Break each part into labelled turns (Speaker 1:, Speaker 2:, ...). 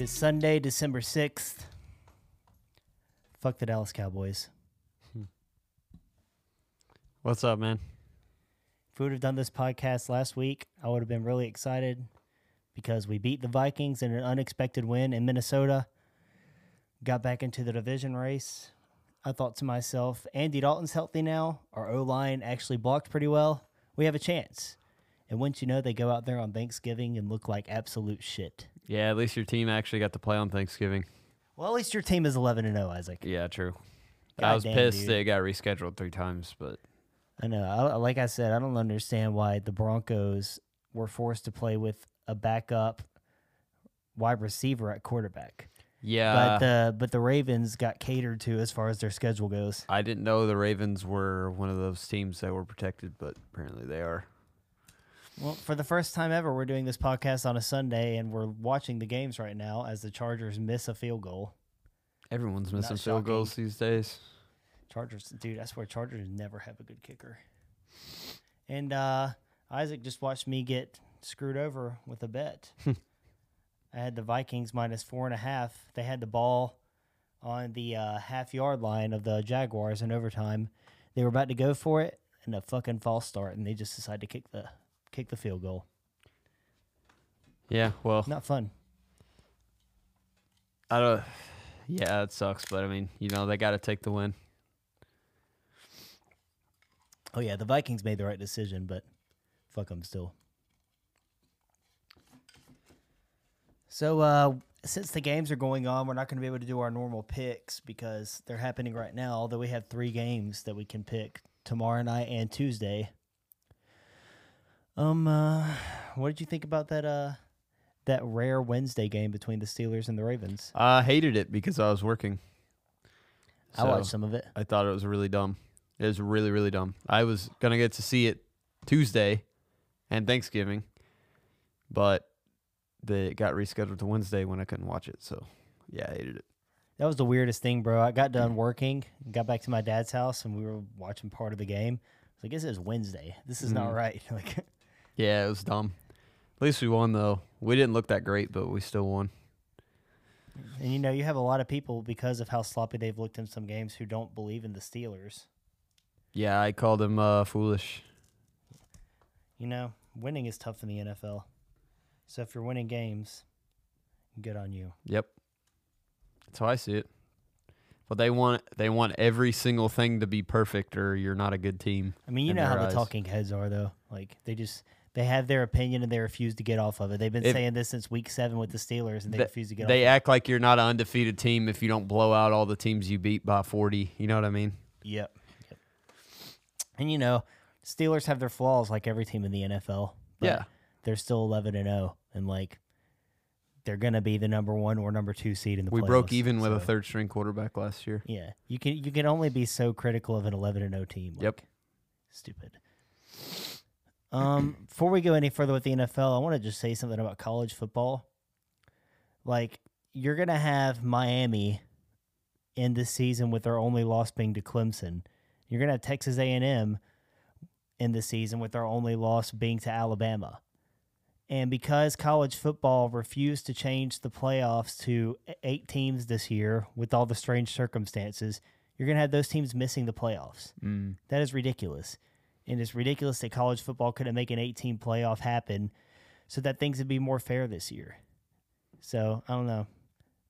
Speaker 1: is Sunday, December 6th. Fuck the Dallas Cowboys.
Speaker 2: What's up, man?
Speaker 1: If we would have done this podcast last week, I would have been really excited because we beat the Vikings in an unexpected win in Minnesota, got back into the division race. I thought to myself, Andy Dalton's healthy now. Our O line actually blocked pretty well. We have a chance. And once you know, they go out there on Thanksgiving and look like absolute shit.
Speaker 2: Yeah, at least your team actually got to play on Thanksgiving.
Speaker 1: Well, at least your team is 11 and 0, Isaac.
Speaker 2: Yeah, true. I was
Speaker 1: Goddamn,
Speaker 2: pissed
Speaker 1: dude.
Speaker 2: that it got rescheduled three times, but
Speaker 1: I know. I, like I said, I don't understand why the Broncos were forced to play with a backup wide receiver at quarterback.
Speaker 2: yeah,
Speaker 1: but the but the Ravens got catered to as far as their schedule goes.
Speaker 2: I didn't know the Ravens were one of those teams that were protected, but apparently they are.
Speaker 1: Well, for the first time ever, we're doing this podcast on a Sunday, and we're watching the games right now as the Chargers miss a field goal.
Speaker 2: Everyone's missing
Speaker 1: shocking.
Speaker 2: field goals these days.
Speaker 1: Chargers, dude, I swear Chargers never have a good kicker. And uh, Isaac just watched me get screwed over with a bet. I had the Vikings minus four and a half. They had the ball on the uh, half yard line of the Jaguars in overtime. They were about to go for it, and a fucking false start, and they just decided to kick the kick the field goal.
Speaker 2: Yeah, well,
Speaker 1: Not fun.
Speaker 2: I don't. Yeah, it sucks, but I mean, you know, they got to take the win.
Speaker 1: Oh yeah, the Vikings made the right decision, but fuck them still. So uh, since the games are going on, we're not going to be able to do our normal picks because they're happening right now. Although we have three games that we can pick tomorrow night and Tuesday. Um, uh, what did you think about that? Uh, that rare Wednesday game between the Steelers and the Ravens.
Speaker 2: I hated it because I was working.
Speaker 1: I
Speaker 2: So-
Speaker 1: watched some of it.
Speaker 2: I thought it was really dumb. It was really, really dumb. I was gonna get to see it Tuesday and Thanksgiving, but they it got rescheduled to Wednesday when I couldn't watch it. So yeah, I hated it.
Speaker 1: That was the weirdest thing, bro. I got
Speaker 2: Mm.
Speaker 1: done working, got back to my dad's house, and we were watching part of the game. I was like, this is Wednesday. This is not
Speaker 2: Mhm.
Speaker 1: right. Like,
Speaker 2: Yeah, it was dumb. At least we won though. We didn't look that great, but we still won.
Speaker 1: and you know, you have a lot of people because of how sloppy they've looked in some games who don't believe in the Steelers.
Speaker 2: Yeah, I called him uh, foolish.
Speaker 1: You know, winning is tough in the NFL. So if you're winning games, good on you.
Speaker 2: Yep, that's how I see it. But they want they want every single thing to be perfect, or you're not a good team.
Speaker 1: I mean, you
Speaker 2: In
Speaker 1: know how
Speaker 2: their
Speaker 1: the
Speaker 2: eyes.
Speaker 1: talking heads are, though. Like, they just they have their opinion and they refuse to get off of it. They've been
Speaker 2: If-
Speaker 1: saying this since week seven with the Steelers, and they
Speaker 2: Th-
Speaker 1: refuse to get off.
Speaker 2: they act like you're not an undefeated team if you don't blow out all the teams you beat by 40. You know what I mean?
Speaker 1: Yep. yep. And you know, Steelers have their flaws like every team in the NFL. But
Speaker 2: Yeah.
Speaker 1: They're still 11 and 0 and like they're going to be the number 1 or number 2 seed in the
Speaker 2: We broke
Speaker 1: playoffs,
Speaker 2: even with a
Speaker 1: so-
Speaker 2: third string quarterback last year.
Speaker 1: Yeah. You can you can only be so critical of an 11 and 0 team.
Speaker 2: Yep.
Speaker 1: like, Stupid. Um before we go any further with the NFL, I want to just say something about college football. Like you're going to have Miami end this season with their only loss being to Clemson. You're going to have Texas A&M in the season with their only loss being to Alabama. And because college football refused to change the playoffs to e- eight teams this year with all the strange circumstances, you're going to have those teams missing the playoffs.
Speaker 2: Mm.
Speaker 1: That is ridiculous. And it's ridiculous that college football couldn't make an 18 playoff happen so that things would be more fair this year. So, I don't know.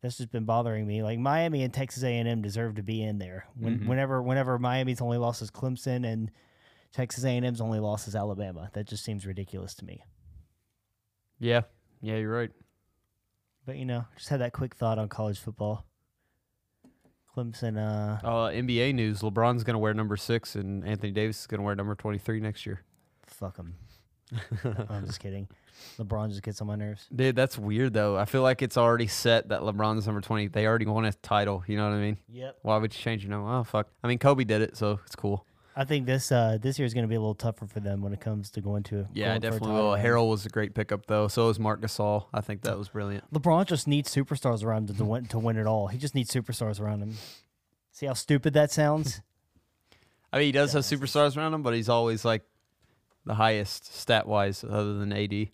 Speaker 1: That's just been bothering me. Like Miami and Texas A&M deserve to be in there. When,
Speaker 2: Mhm.
Speaker 1: Whenever whenever Miami's only loss is Clemson and Texas A&M's only loss is Alabama. That just seems ridiculous to me.
Speaker 2: Yeah. Yeah, you're right.
Speaker 1: But you know, just had that quick thought on college football. Clemson, uh,
Speaker 2: Uh, NBA news LeBron's going to wear number six, and Anthony Davis is going to wear number 23 next year.
Speaker 1: fuck him. I'm just kidding. LeBron just gets on my nerves.
Speaker 2: Dude, that's weird, though. I feel like it's already set that LeBron's number 20. They already won a title. You know what I mean?
Speaker 1: Yep.
Speaker 2: Why would you change your number? Oh, fuck. I mean, Kobe did it, so it's cool.
Speaker 1: I think this uh, this year is going to be a little tougher for them when it comes to going to
Speaker 2: Yeah,
Speaker 1: going for a
Speaker 2: definitely
Speaker 1: title
Speaker 2: will.
Speaker 1: run.
Speaker 2: Harrell was a great pickup, though. So was Mark Gasol. I think that was brilliant.
Speaker 1: LeBron just needs superstars around him to win to win it all. He just needs superstars around him. See how stupid that sounds?
Speaker 2: I mean, he does have superstars around him, but he's always like the highest stat wise, other than AD.
Speaker 1: His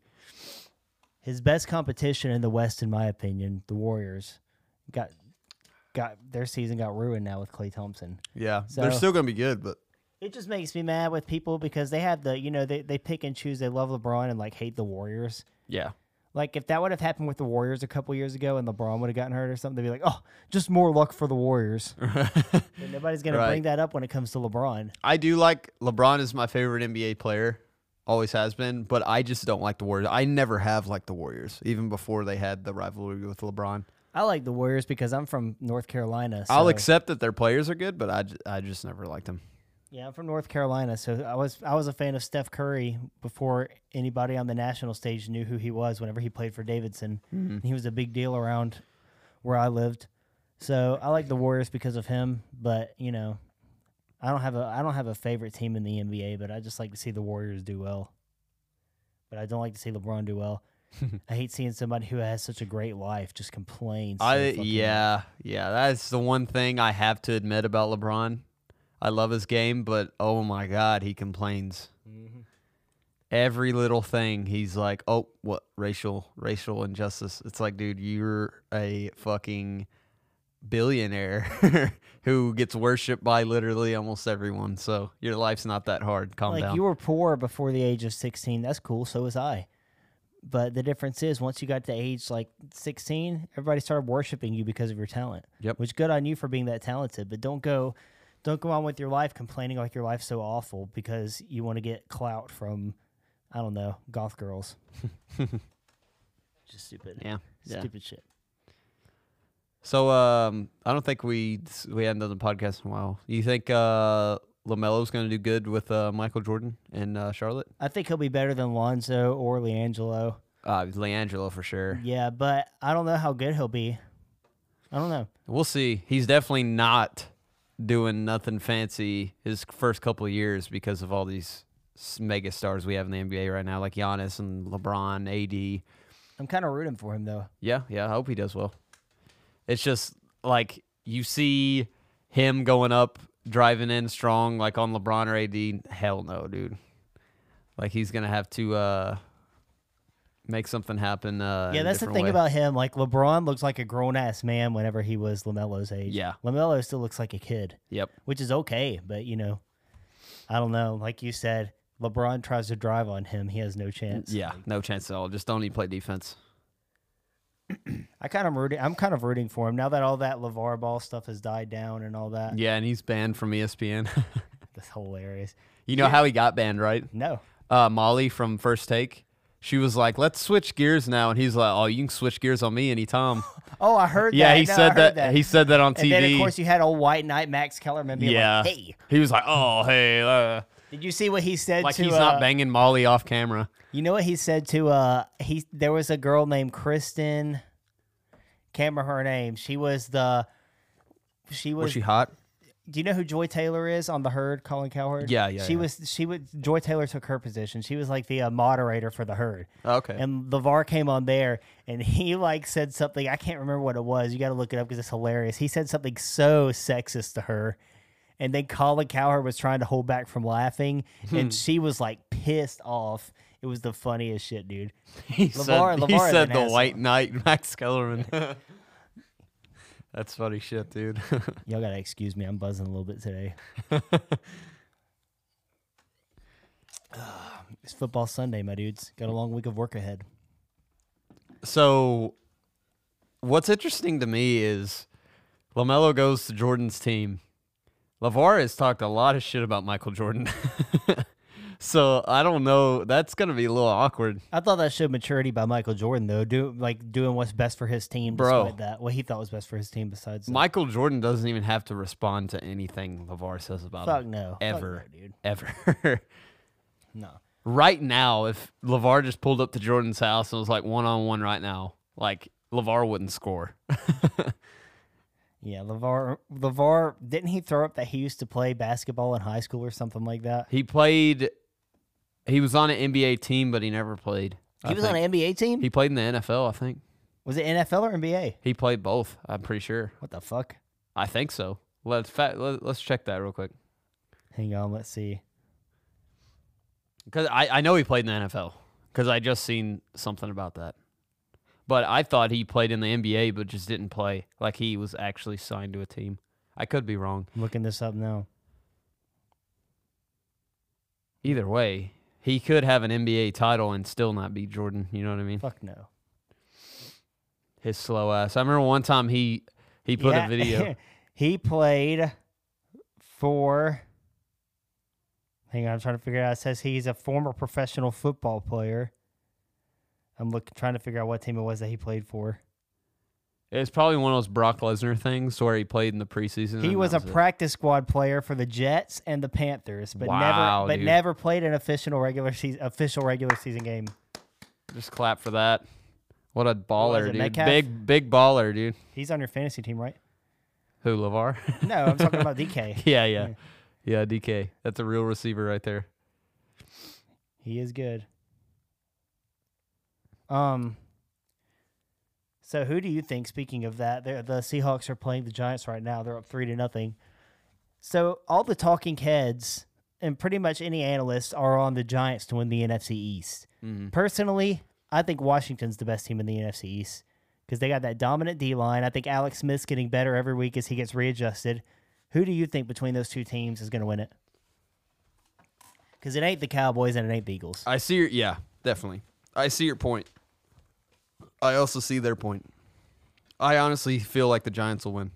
Speaker 1: his best competition in the West, in my opinion, the Warriors, got got their season got ruined now with Clay Thompson.
Speaker 2: Yeah, they're
Speaker 1: So-
Speaker 2: still gonna be good, but
Speaker 1: It just makes me mad with people because they have the you know they, they pick and choose. They love LeBron and like hate the Warriors.
Speaker 2: yeah,
Speaker 1: Like if that would have happened with the Warriors a couple years ago and LeBron would have gotten hurt or something, they'd be like, oh, just more luck for the Warriors. But nobody's gonna
Speaker 2: Right.
Speaker 1: bring that up when it comes to LeBron.
Speaker 2: I do like LeBron is my favorite NBA player, always has been, but I just don't like the Warriors. I never have liked the Warriors, even before they had the rivalry with LeBron.
Speaker 1: I like the Warriors because I'm from North Carolina. So,
Speaker 2: I'll accept that their players are good, but I, ju- I just never liked them.
Speaker 1: Yeah, I'm from North Carolina, so I was I was a fan of Steph Curry before anybody on the national stage knew who he was. Whenever he played for Davidson,
Speaker 2: Mm-hmm.
Speaker 1: he was a big deal around where I lived. So I like the Warriors because of him, but you know, I don't have a I don't have a favorite team in the NBA, but I just like to see the Warriors do well. But I don't like to see LeBron do well. I hate seeing somebody who has such a great life just complain. So
Speaker 2: I
Speaker 1: fucking
Speaker 2: yeah, yeah, that's the one thing I have to admit about LeBron. I love his game, but oh my god, he complains. Every little thing, he's like, "Oh, what racial racial injustice?" It's like, dude, you're a fucking billionaire who gets worshipped by literally almost everyone. So your life's not that hard. Calm
Speaker 1: like
Speaker 2: down.
Speaker 1: you were poor before the age of 16 that's cool so was i but the difference is once you got to age like 16 everybody started worshiping you because of your talent
Speaker 2: Yep.
Speaker 1: which good on you for being that talented but don't go don't go on with your life complaining like your life's so awful because you want to get clout from i don't know goth girls just stupid
Speaker 2: yeah, yeah.
Speaker 1: stupid shit
Speaker 2: So um, I don't think we we hadn't done the podcast in a while. You think uh, Lamelo's going to do good with uh, Michael Jordan and uh, Charlotte?
Speaker 1: i think he'll be better than lonzo or leangelo
Speaker 2: Uh, Leangelo for sure.
Speaker 1: yeah but i don't know how good he'll be i don't know
Speaker 2: We'll see. He's definitely not doing nothing fancy his first couple of years because of all these s- mega stars we have in the NBA right now, like Giannis and LeBron, AD.
Speaker 1: i'm kind of rooting for him though
Speaker 2: Yeah, yeah. I hope he does well. It's just like you see him going up, driving in strong, like on LeBron or AD. Hell no, dude. Like he's gonna have to uh, make something happen. Uh,
Speaker 1: Yeah,
Speaker 2: in a
Speaker 1: that's the
Speaker 2: different
Speaker 1: thing
Speaker 2: way.
Speaker 1: about him. Like LeBron looks like a grown ass man whenever he was Lamelo's age.
Speaker 2: Yeah.
Speaker 1: Lamelo still looks like a kid,
Speaker 2: Yep.
Speaker 1: which is okay. But you know, I don't know. Like you said, LeBron tries to drive on him, he has no chance.
Speaker 2: Yeah, no chance at all. Just don't even play defense.
Speaker 1: I kind of rooting. I'm kind of rooting for him now that all that Levar Ball stuff has died down and all that.
Speaker 2: Yeah, and he's banned from E ESPN.
Speaker 1: That's hilarious.
Speaker 2: you know how he got banned, right?
Speaker 1: No,
Speaker 2: uh, Molly from First Take. She was like, "Let's switch gears now," and he's like, "Oh, you can switch gears on me anytime."
Speaker 1: oh, I heard.
Speaker 2: yeah,
Speaker 1: that.
Speaker 2: he
Speaker 1: No, I
Speaker 2: said
Speaker 1: heard
Speaker 2: that, He said that on
Speaker 1: and
Speaker 2: TV.
Speaker 1: then of course you had old White Knight Max Kellerman being
Speaker 2: yeah,
Speaker 1: like, "Hey,
Speaker 2: he was like, "Oh, hey," uh,
Speaker 1: did you see what he said?"
Speaker 2: like
Speaker 1: to,
Speaker 2: he's
Speaker 1: uh,
Speaker 2: not banging Molly off camera.
Speaker 1: You know what he said to uh he there was a girl named Kristen can't remember her name. She was the she was,
Speaker 2: Was she hot?
Speaker 1: do you know who Joy Taylor is on the herd, Colin Cowherd?
Speaker 2: Yeah, yeah,
Speaker 1: She
Speaker 2: yeah.
Speaker 1: was she was Joy Taylor took her position. She was like the uh, moderator for the herd.
Speaker 2: Oh, Okay,
Speaker 1: And LeVar came on there and he like said something. I can't remember what it was. You got to look it up because it's hilarious. He said something so sexist to her. And then Colin Cowherd was trying to hold back from laughing. And she was like pissed off. It was the funniest shit, dude.
Speaker 2: he
Speaker 1: LeVar-
Speaker 2: said, he
Speaker 1: LeVar is
Speaker 2: said
Speaker 1: an
Speaker 2: the
Speaker 1: asshole.
Speaker 2: White Knight, Max Kellerman. That's funny shit, dude.
Speaker 1: Y'all got to excuse me. I'm buzzing a little bit today. Ah, it's football Sunday, my dudes. Got a long week of work ahead.
Speaker 2: so, what's interesting to me is Lamelo goes to Jordan's team. Lavar has talked a lot of shit about Michael Jordan. so I don't know. That's gonna be a little awkward.
Speaker 1: I thought that showed maturity by Michael Jordan, though. Do like doing what's best for his team,
Speaker 2: Bro.
Speaker 1: despite that. What he thought was best for his team, besides that.
Speaker 2: Michael Jordan doesn't even have to respond to anything Lavar says about
Speaker 1: fuck
Speaker 2: him.
Speaker 1: no, Fuck
Speaker 2: Ever.
Speaker 1: no, dude,
Speaker 2: Ever.
Speaker 1: no.
Speaker 2: right now, if Lavar just pulled up to Jordan's house and was like one on one right now, like Lavar wouldn't score.
Speaker 1: Yeah, Levar, Levar, didn't he throw up that he used to play basketball in high school or something like that?
Speaker 2: he played. He was on an NBA team, but he never played.
Speaker 1: He was on an NBA team.
Speaker 2: He played in the NFL, I think.
Speaker 1: was it NFL or NBA?
Speaker 2: He played both. I'm pretty sure.
Speaker 1: What the fuck?
Speaker 2: I think so. Let's fa- let, let's check that real quick
Speaker 1: Hang on, let's see.
Speaker 2: because I, I know he played in the NFL because I just seen something about that. But I thought he played in the NBA, but just didn't play. Like he was actually signed to a team. I could be wrong.
Speaker 1: I'm looking this up now.
Speaker 2: Either way, he could have an NBA title and still not be Jordan. You know what I mean?
Speaker 1: Fuck no.
Speaker 2: His slow ass. I remember one time he he put
Speaker 1: Yeah,
Speaker 2: a video.
Speaker 1: he played for. Hang on, I'm trying to figure it out. It says he's a former professional football player. I'm looking, trying to figure out what team it was that he played for.
Speaker 2: It was probably one of those Brock Lesnar things where he played in the preseason.
Speaker 1: He
Speaker 2: and
Speaker 1: was a
Speaker 2: that it.
Speaker 1: practice squad player for the Jets and the Panthers, but
Speaker 2: Wow,
Speaker 1: never, but
Speaker 2: dude.
Speaker 1: never played an official regular season official regular season game.
Speaker 2: Just clap for that. What a
Speaker 1: was
Speaker 2: baller,
Speaker 1: it,
Speaker 2: dude.
Speaker 1: Metcalf?
Speaker 2: Big big baller, dude.
Speaker 1: He's on your fantasy team, right?
Speaker 2: Who Lavar?
Speaker 1: No, I'm talking about DK.
Speaker 2: yeah, yeah, yeah. DK. That's a real receiver right there.
Speaker 1: He is good. Um. So who do you think? Speaking of that, they're- the Seahawks are playing the Giants right now. They're up three to nothing. So all the talking heads and pretty much any analysts are on the Giants to win the NFC East. Personally, I think Washington's the best team in the NFC East because they got that dominant D line. I think Alex Smith's getting better every week as he gets readjusted. Who do you think between those two teams is going to win it? Because it ain't the Cowboys and it ain't the Eagles.
Speaker 2: I see your yeah, definitely. I see your point. I also see their point. I honestly feel like the Giants will win.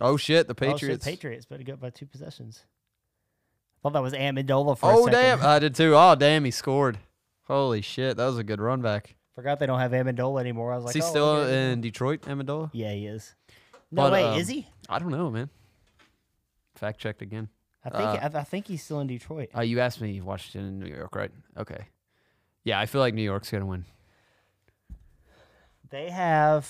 Speaker 2: Oh shit, the Patriots.
Speaker 1: Oh, shit, Patriots, but it got by two possessions. I thought that was Amendola for a
Speaker 2: oh
Speaker 1: second.
Speaker 2: damn, I did too. Oh damn, he scored. Holy shit, that was a good run back.
Speaker 1: Forgot they don't have Amendola anymore. I was like,
Speaker 2: is he
Speaker 1: oh,
Speaker 2: still
Speaker 1: okay.
Speaker 2: in Detroit, Amendola?
Speaker 1: Yeah, he is. No,
Speaker 2: But,
Speaker 1: wait,
Speaker 2: um,
Speaker 1: is he?
Speaker 2: I don't know, man. Fact checked again.
Speaker 1: I
Speaker 2: uh,
Speaker 1: think I, I think he's still in Detroit.
Speaker 2: Oh, you asked me Washington and New York, right? Okay. Yeah, I feel like New York's gonna win.
Speaker 1: They have.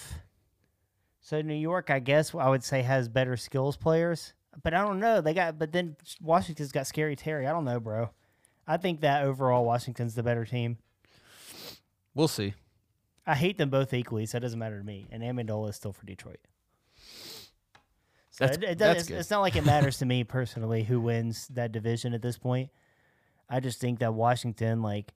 Speaker 1: So New York, I guess I would say has better skills players, but I don't know. They got, but then Washington's got scary Terry. I don't know, bro. I think that overall Washington's the better team.
Speaker 2: We'll see.
Speaker 1: I hate them both equally, so it doesn't matter to me. And Amendola is still for Detroit. So
Speaker 2: That's-
Speaker 1: it, it
Speaker 2: that's
Speaker 1: does,
Speaker 2: good.
Speaker 1: it's, it's not like it matters to me personally who wins that division at this point. I just think that Washington, like,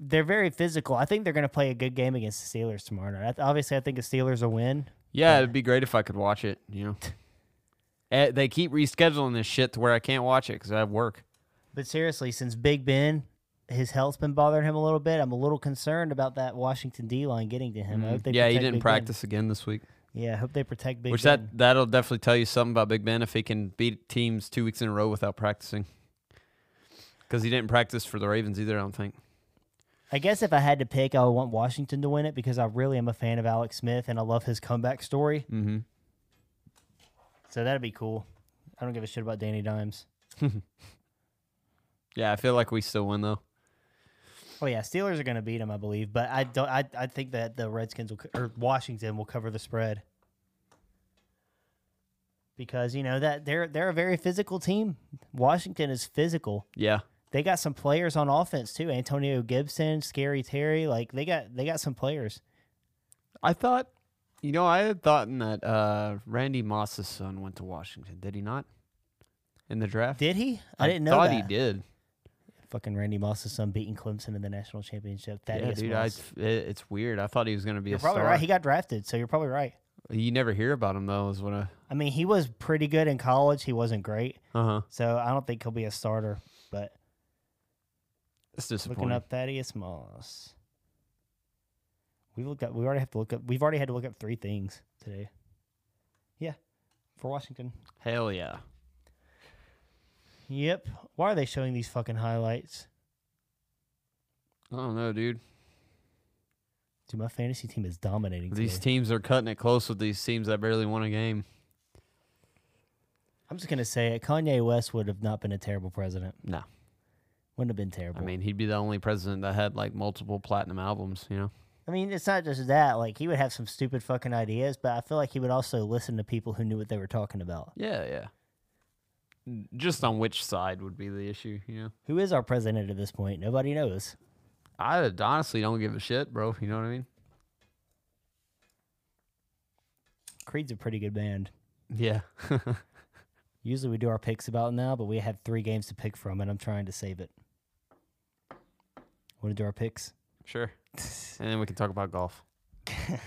Speaker 1: they're very physical. I think they're going to play a good game against the Steelers tomorrow night. I th- obviously, I think the Steelers will win.
Speaker 2: Yeah, it'd be great if I could watch it. You know, Eh, they keep rescheduling this shit to where I can't watch it because I have work.
Speaker 1: But seriously, since Big Ben, his health's been bothering him a little bit. I'm a little concerned about that Washington D line getting to him. I hope they
Speaker 2: Mm-hmm. yeah, he
Speaker 1: protect Big
Speaker 2: didn't
Speaker 1: Ben.
Speaker 2: practice again this week,
Speaker 1: Yeah, I hope they protect Big
Speaker 2: which
Speaker 1: Ben.
Speaker 2: that that'll definitely tell you something about Big Ben if he can beat teams two weeks in a row without practicing. Because he didn't practice for the Ravens either, I don't think.
Speaker 1: I guess if I had to pick, I would want Washington to win it because I really am a fan of Alex Smith and I love his comeback story.
Speaker 2: Mm-hmm.
Speaker 1: So that'd be cool. I don't give a shit about Danny Dimes.
Speaker 2: Yeah, I feel like we still win though.
Speaker 1: Oh yeah, Steelers are going to beat him, I believe, but I don't. I, I think that the Redskins will co- or Washington will cover the spread because you know that they're they're a very physical team. Washington is physical.
Speaker 2: Yeah,
Speaker 1: They got some players on offense too. Antonio Gibson, Scary Terry, like they got they got some players.
Speaker 2: I thought, you know, I had thought that uh, Randy Moss's son went to Washington. Did he not? In the draft,
Speaker 1: Did he? I, didn't know
Speaker 2: Thought
Speaker 1: that.
Speaker 2: he did.
Speaker 1: Fucking Randy Moss's son beating Clemson in the national championship.
Speaker 2: yeah,
Speaker 1: Thaddeus
Speaker 2: dude, I,
Speaker 1: Moss.
Speaker 2: it, it's weird. I thought he was going to be
Speaker 1: you're
Speaker 2: a
Speaker 1: probably
Speaker 2: star.
Speaker 1: right. He got drafted, so you're probably right.
Speaker 2: You never hear about him though. Is what I.
Speaker 1: I mean, he was pretty good in college. He wasn't great,
Speaker 2: Uh huh.
Speaker 1: so I don't think he'll be a starter. But
Speaker 2: It's
Speaker 1: looking
Speaker 2: disappointing.
Speaker 1: up Thaddeus Moss, we looked up. We already have to look up. We've already had to look up three things today. Yeah, for Washington.
Speaker 2: Hell yeah.
Speaker 1: Yep. Why are they showing these fucking highlights?
Speaker 2: I don't know, dude.
Speaker 1: Dude, my fantasy team is dominating.
Speaker 2: These
Speaker 1: today.
Speaker 2: teams are cutting it close with these teams that barely won a game.
Speaker 1: I'm just gonna say it. Kanye West would have not been a terrible president.
Speaker 2: No.
Speaker 1: Wouldn't have been terrible.
Speaker 2: I mean, he'd be the only president that had like multiple platinum albums, you know?
Speaker 1: I mean, it's not just that. Like, he would have some stupid fucking ideas, but I feel like he would also listen to people who knew what they were talking about.
Speaker 2: Yeah, yeah. N- Just on which side would be the issue, you know?
Speaker 1: Who is our president at this point? Nobody knows.
Speaker 2: I honestly don't give a shit, bro. You know what I mean?
Speaker 1: Creed's a pretty good band.
Speaker 2: Yeah.
Speaker 1: Usually we do our picks about now, but we have three games to pick from, and I'm trying to save it. Want to do our picks?
Speaker 2: sure. And then we can talk about golf.
Speaker 1: Did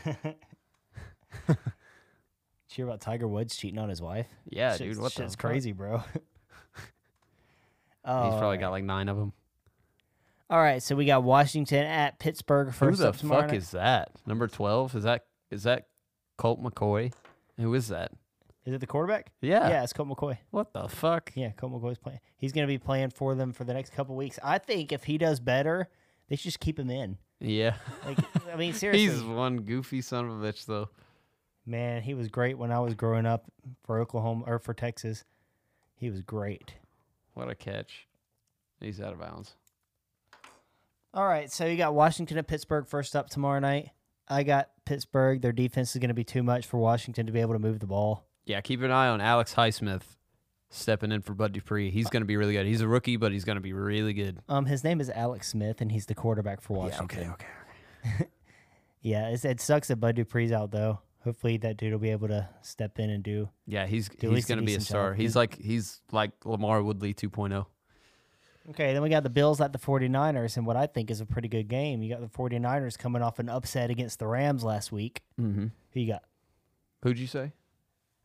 Speaker 1: you hear about Tiger Woods cheating on his wife?
Speaker 2: Yeah,
Speaker 1: Shit's-
Speaker 2: dude. What
Speaker 1: shit's
Speaker 2: the fuck?
Speaker 1: crazy, bro.
Speaker 2: He's
Speaker 1: Oh, all
Speaker 2: probably got like nine of them.
Speaker 1: right. All right, so we got Washington at Pittsburgh
Speaker 2: Who
Speaker 1: first
Speaker 2: the
Speaker 1: up tomorrow.
Speaker 2: fuck
Speaker 1: night.
Speaker 2: is that? Number twelve? Is that is that Colt McCoy? Who is that?
Speaker 1: Is it the quarterback?
Speaker 2: Yeah.
Speaker 1: Yeah, it's Colt McCoy.
Speaker 2: What the fuck?
Speaker 1: Yeah, Colt McCoy's playing. He's going to be playing for them for the next couple weeks. I think if he does better, they should just keep him in.
Speaker 2: Yeah.
Speaker 1: Like, I mean, seriously,
Speaker 2: He's one goofy son of a bitch though.
Speaker 1: man, he was great when I was growing up for Oklahoma or for Texas. He was great.
Speaker 2: What a catch. He's out of bounds.
Speaker 1: All right, so you got Washington at Pittsburgh first up tomorrow night. I got Pittsburgh. Their defense is going to be too much for Washington to be able to move the ball.
Speaker 2: Yeah, keep an eye on Alex Highsmith stepping in for Bud Dupree. He's gonna be really good. He's a rookie, but he's gonna be really good.
Speaker 1: Um, his name is Alex Smith, and he's the quarterback for Washington. Yeah,
Speaker 2: okay.
Speaker 1: it's, it sucks that Bud Dupree's out though. Hopefully, that dude will be able to step in and do.
Speaker 2: Yeah, he's he's
Speaker 1: least a
Speaker 2: gonna be a
Speaker 1: decent job,
Speaker 2: star. He's
Speaker 1: dude.
Speaker 2: like he's like Lamar Woodley oh. 2.0.
Speaker 1: Okay, then we got the Bills at the 49ers, and what I think is a pretty good game. You got the 49ers coming off an upset against the Rams last week.
Speaker 2: Mm-hmm.
Speaker 1: Who you got?
Speaker 2: Who'd you say?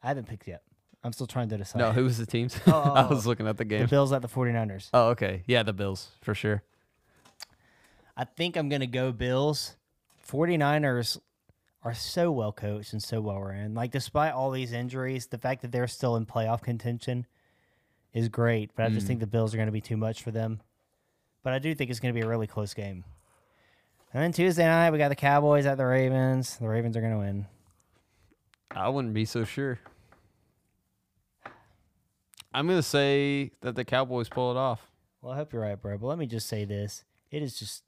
Speaker 1: I haven't picked yet. I'm still trying to decide.
Speaker 2: No, who was the teams?
Speaker 1: Oh,
Speaker 2: I
Speaker 1: oh,
Speaker 2: was looking at the
Speaker 1: the
Speaker 2: game.
Speaker 1: Bills at the 49ers.
Speaker 2: Oh, okay. Yeah, the Bills for sure.
Speaker 1: I think I'm going to go Bills. 49ers are so well coached and so well ran. Like, despite all these injuries, the fact that they're still in playoff contention is great. But I just think the Bills are going to be too much for them. But I do think it's going to be a really close game. And then Tuesday night, we got the Cowboys at the Ravens. The Ravens are going to win.
Speaker 2: I wouldn't be so sure. I'm gonna say that the Cowboys pull it off.
Speaker 1: Well, I hope you're right, bro. But let me just say this it is just.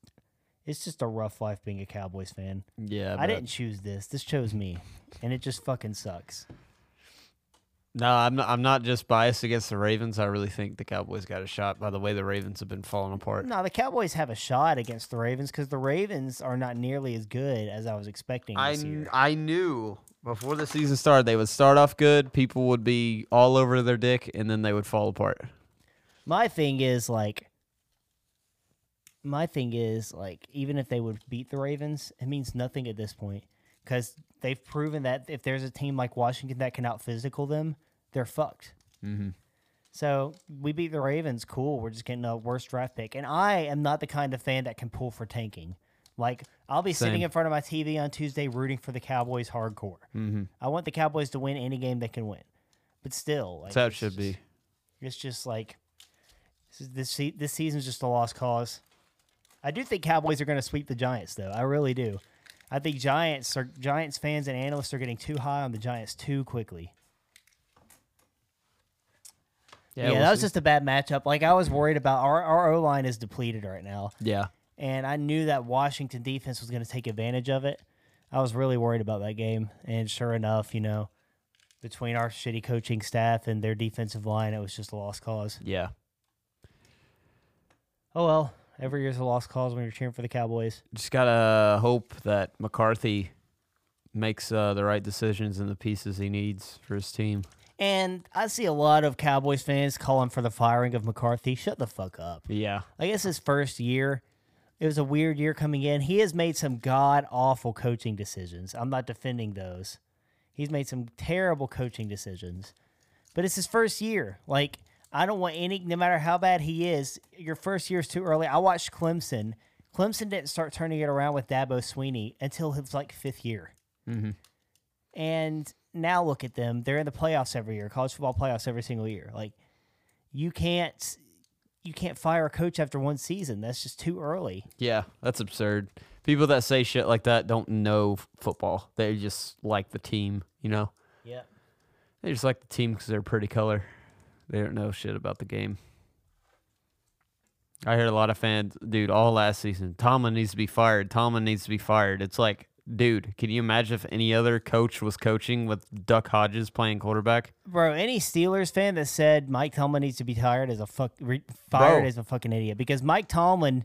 Speaker 1: It's just a rough life being a Cowboys fan.
Speaker 2: Yeah,
Speaker 1: I didn't choose this. This chose me. And it just fucking sucks.
Speaker 2: No, I'm not. I'm not just biased against the Ravens. I really think the Cowboys got a shot by the way the Ravens have been falling apart.
Speaker 1: No, the Cowboys have a shot against the Ravens because the Ravens are not nearly as good as I was expecting
Speaker 2: I
Speaker 1: this
Speaker 2: kn-
Speaker 1: year.
Speaker 2: I knew before the season started they would start off good. People would be all over their dick, and then they would fall apart.
Speaker 1: My thing is like, my thing is like, even if they would beat the Ravens, it means nothing at this point because they've proven that if there's a team like Washington that can out physical them, they're fucked.
Speaker 2: Mm-hmm.
Speaker 1: So we beat the Ravens, cool. We're just getting a worse draft pick, and I am not the kind of fan that can pull for tanking. Like I'll be sitting
Speaker 2: Same.
Speaker 1: in front of my TV on Tuesday rooting for the Cowboys hardcore.
Speaker 2: Mhm.
Speaker 1: I want the Cowboys to win any game they can win, but still, like,
Speaker 2: That's how it
Speaker 1: it's
Speaker 2: should
Speaker 1: just-
Speaker 2: be.
Speaker 1: It's just like this is- this se- this season's just a lost cause. I do think Cowboys are going to sweep the Giants, though. I really do. I think Giants are Giants fans and analysts are getting too high on the Giants too quickly. Yeah,
Speaker 2: we'll
Speaker 1: that was
Speaker 2: see.
Speaker 1: just a bad matchup. Like I was worried about our our O line is depleted right now,
Speaker 2: yeah.
Speaker 1: and I knew that Washington defense was going to take advantage of it. I was really worried about that game, and sure enough, you know, between our shitty coaching staff and their defensive line, it was just a lost cause.
Speaker 2: Yeah.
Speaker 1: Oh well, every year's a lost cause when you're cheering for the Cowboys.
Speaker 2: just gotta hope that McCarthy makes uh, the right decisions and the pieces he needs for his team.
Speaker 1: And I see a lot of Cowboys fans calling for the firing of McCarthy. Shut the fuck up.
Speaker 2: Yeah,
Speaker 1: I guess his first year, it was a weird year coming in. He has made some god awful coaching decisions. I'm not defending those. He's made some terrible coaching decisions, but it's his first year. Like, I don't want any, no matter how bad he is, your first year is too early. I watched Clemson. Clemson didn't start turning it around with Dabo Sweeney until his like fifth year.
Speaker 2: Mhm.
Speaker 1: And now look at them. They're in the playoffs every year, college football playoffs every single year. Like, you can't you can't fire a coach after one season. That's just too early.
Speaker 2: yeah, that's absurd. People that say shit like that don't know f- football. They just like the team, you know.
Speaker 1: Yeah.
Speaker 2: They just like the team because they're pretty color. They don't know shit about the game. I heard a lot of fans, dude, all last season. Tomlin needs to be fired. Tomlin needs to be fired. It's like, dude, can you imagine if any other coach was coaching with Duck Hodges playing quarterback?
Speaker 1: Bro, any Steelers fan that said Mike Tomlin needs to be tired is a fuck re- fired
Speaker 2: Bro.
Speaker 1: is a fucking idiot because Mike Tomlin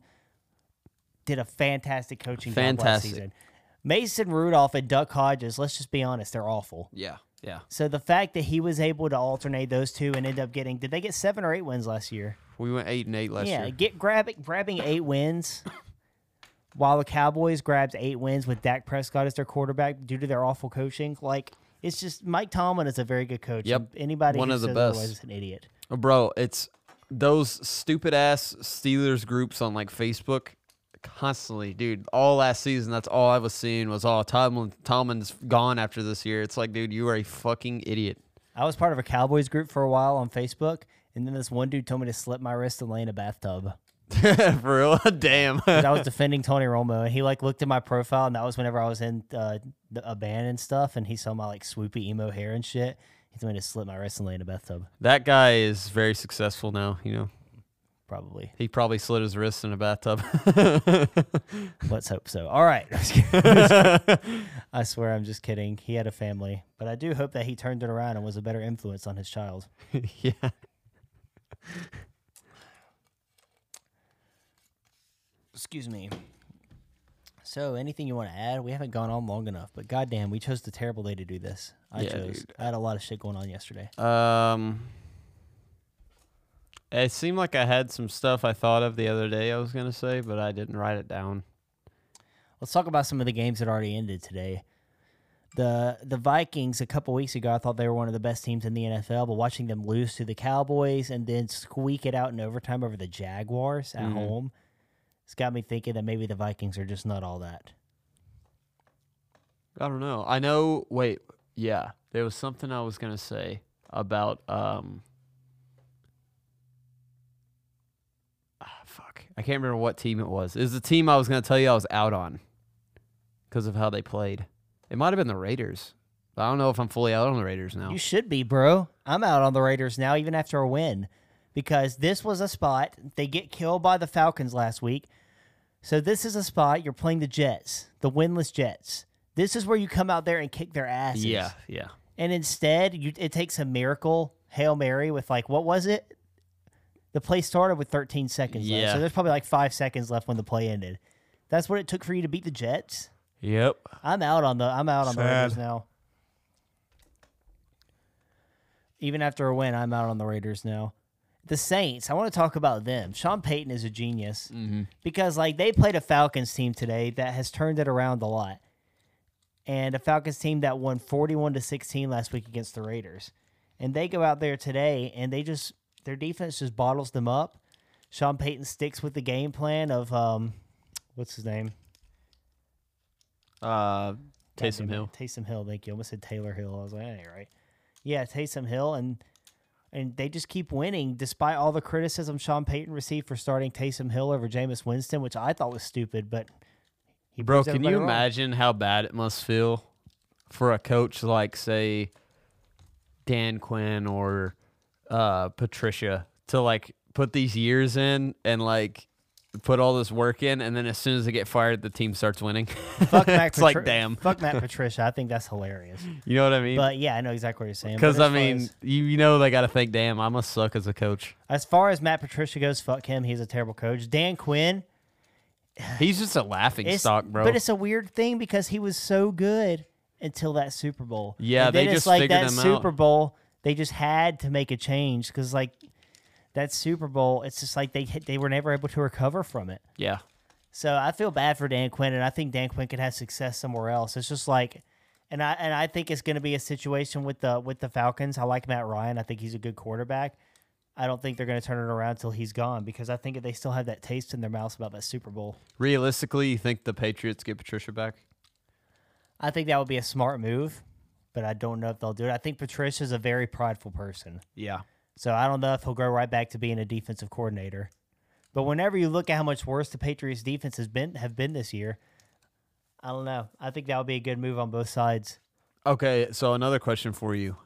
Speaker 1: did a fantastic coaching job last
Speaker 2: Fantastic.
Speaker 1: season. Mason Rudolph and Duck Hodges, let's just be honest, they're awful.
Speaker 2: Yeah, yeah.
Speaker 1: So the fact that he was able to alternate those two and end up getting did they get 7 or 8 wins last year?
Speaker 2: We went eight and eight last
Speaker 1: yeah,
Speaker 2: year.
Speaker 1: get grabbing grabbing 8 wins While the Cowboys grabbed eight wins with Dak Prescott as their quarterback due to their awful coaching, like it's just Mike Tomlin is a very good coach.
Speaker 2: Yep.
Speaker 1: and Anybody
Speaker 2: One
Speaker 1: who
Speaker 2: of the
Speaker 1: says otherwise
Speaker 2: best.
Speaker 1: is an idiot.
Speaker 2: Oh, bro, it's those stupid ass Steelers groups on like Facebook constantly, dude. All last season, that's all I was seeing was, oh, Tomlin, Tomlin's gone after this year. It's like, dude, you are a fucking idiot.
Speaker 1: I was part of a Cowboys group for a while on Facebook, and then this one dude told me to slip my wrist and lay in a bathtub.
Speaker 2: For real? Damn.
Speaker 1: 'Cause I was defending Tony Romo, and he like looked at my profile, and that was whenever I was in uh, the, a band and stuff, and he saw my like swoopy emo hair and shit. He told me to slip my wrist and lay in a bathtub.
Speaker 2: that guy is very successful now, you know.
Speaker 1: Probably.
Speaker 2: He probably slid his wrist in a bathtub.
Speaker 1: Let's hope so. All right. I swear I'm just kidding. He had a family, but I do hope that he turned it around and was a better influence on his child.
Speaker 2: yeah.
Speaker 1: Excuse me. So, anything you want to add? We haven't gone on long enough, but goddamn, we chose the terrible day to do this. I
Speaker 2: Yeah,
Speaker 1: chose.
Speaker 2: dude.
Speaker 1: I had a lot of shit going on yesterday.
Speaker 2: Um, it seemed like I had some stuff I thought of the other day I was gonna say, but I didn't write it down.
Speaker 1: Let's talk about some of the games that already ended today. The the Vikings a couple weeks ago, I thought they were one of the best teams in the NFL, but watching them lose to the Cowboys and then squeak it out in overtime over the Jaguars at
Speaker 2: Mhm.
Speaker 1: home, it's got me thinking that maybe the Vikings are just not all that.
Speaker 2: I don't know. I know. Wait, yeah, there was something I was gonna say about um. ah, fuck, I can't remember what team it was. It was the team I was gonna tell you I was out on because of how they played. It might have been the Raiders. But I don't know if I'm fully out on the Raiders now.
Speaker 1: You should be, bro. I'm out on the Raiders now, even after a win, because this was a spot they get killed by the Falcons last week. So this is a spot you're playing the Jets, the winless Jets. This is where you come out there and kick their asses.
Speaker 2: yeah, yeah.
Speaker 1: And instead, you, it takes a miracle hail mary with like what was it? The play started with 13 seconds left,
Speaker 2: Yeah.
Speaker 1: so there's probably like five seconds left when the play ended. That's what it took for you to beat the Jets.
Speaker 2: Yep.
Speaker 1: I'm out on the I'm out on the
Speaker 2: Sad.
Speaker 1: Raiders now. Even after a win, I'm out on the Raiders now. The Saints, I want to talk about them. Sean Payton is a genius because like they played a Falcons team today that has turned it around a lot. And a Falcons team that won 41 to 16 last week against the Raiders. And they go out there today and they just their defense just bottles them up. Sean Payton sticks with the game plan of um what's his name?
Speaker 2: Uh,
Speaker 1: God
Speaker 2: Taysom
Speaker 1: damn it.
Speaker 2: Hill.
Speaker 1: Taysom Hill, thank you. I almost said Taylor Hill. I was like, hey, right. Yeah, Taysom Hill and and they just keep winning despite all the criticism Sean Payton received for starting Taysom Hill over Jameis Winston, which I thought was stupid, but he
Speaker 2: Bro,
Speaker 1: proves
Speaker 2: can
Speaker 1: everybody
Speaker 2: you
Speaker 1: wrong.
Speaker 2: imagine how bad it must feel for a coach like, say, Dan Quinn or uh, Patricia to like put these years in and like put all this work in, and then as soon as they get fired, the team starts winning.
Speaker 1: Fuck Matt
Speaker 2: it's like,
Speaker 1: Patri-
Speaker 2: damn.
Speaker 1: Fuck Matt Patricia. I think that's hilarious.
Speaker 2: You know what I mean?
Speaker 1: But yeah, I know exactly what you're saying. but
Speaker 2: Because
Speaker 1: as
Speaker 2: I
Speaker 1: far
Speaker 2: mean,
Speaker 1: as,
Speaker 2: you, you know they got to think, damn, I must suck as a coach.
Speaker 1: as far as Matt Patricia goes, fuck him. He's a terrible coach. Dan Quinn,
Speaker 2: He's just a laughing
Speaker 1: It's-
Speaker 2: stock, bro.
Speaker 1: But it's a weird thing because he was so good until that Super Bowl.
Speaker 2: Yeah,
Speaker 1: And
Speaker 2: they
Speaker 1: then it's
Speaker 2: just
Speaker 1: like
Speaker 2: figured
Speaker 1: that
Speaker 2: him out.
Speaker 1: Super Bowl. They just had to make a change because like that Super Bowl, it's just like they hit, they were never able to recover from it.
Speaker 2: yeah.
Speaker 1: So I feel bad for Dan Quinn, and I think Dan Quinn could have success somewhere else. It's just like, and I and I think it's going to be a situation with the with the Falcons. I like Matt Ryan. I think he's a good quarterback. I don't think they're going to turn it around until he's gone because I think they still have that taste in their mouths about that Super Bowl.
Speaker 2: Realistically, you think the Patriots get Patricia back?
Speaker 1: I think that would be a smart move, but I don't know if they'll do it. I think Patricia's a very prideful person.
Speaker 2: Yeah.
Speaker 1: So I don't know if he'll go right back to being a defensive coordinator. But whenever you look at how much worse the Patriots defense has been have been this year, I don't know. I think that would be a good move on both sides.
Speaker 2: Okay, so another question for you